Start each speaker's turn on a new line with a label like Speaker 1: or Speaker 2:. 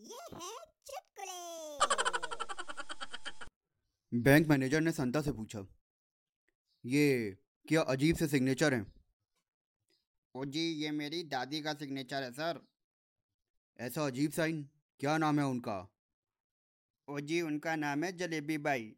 Speaker 1: हैं चुटकुले
Speaker 2: bank manager ने संता से पूछा ये क्या अजीब से सिग्नेचर हैं ओ जी ये मेरी दादी का सिग्नेचर है सर ऐसा अजीब साइन क्या नाम है उनका ओ जी उनका नाम है जलेबी बाई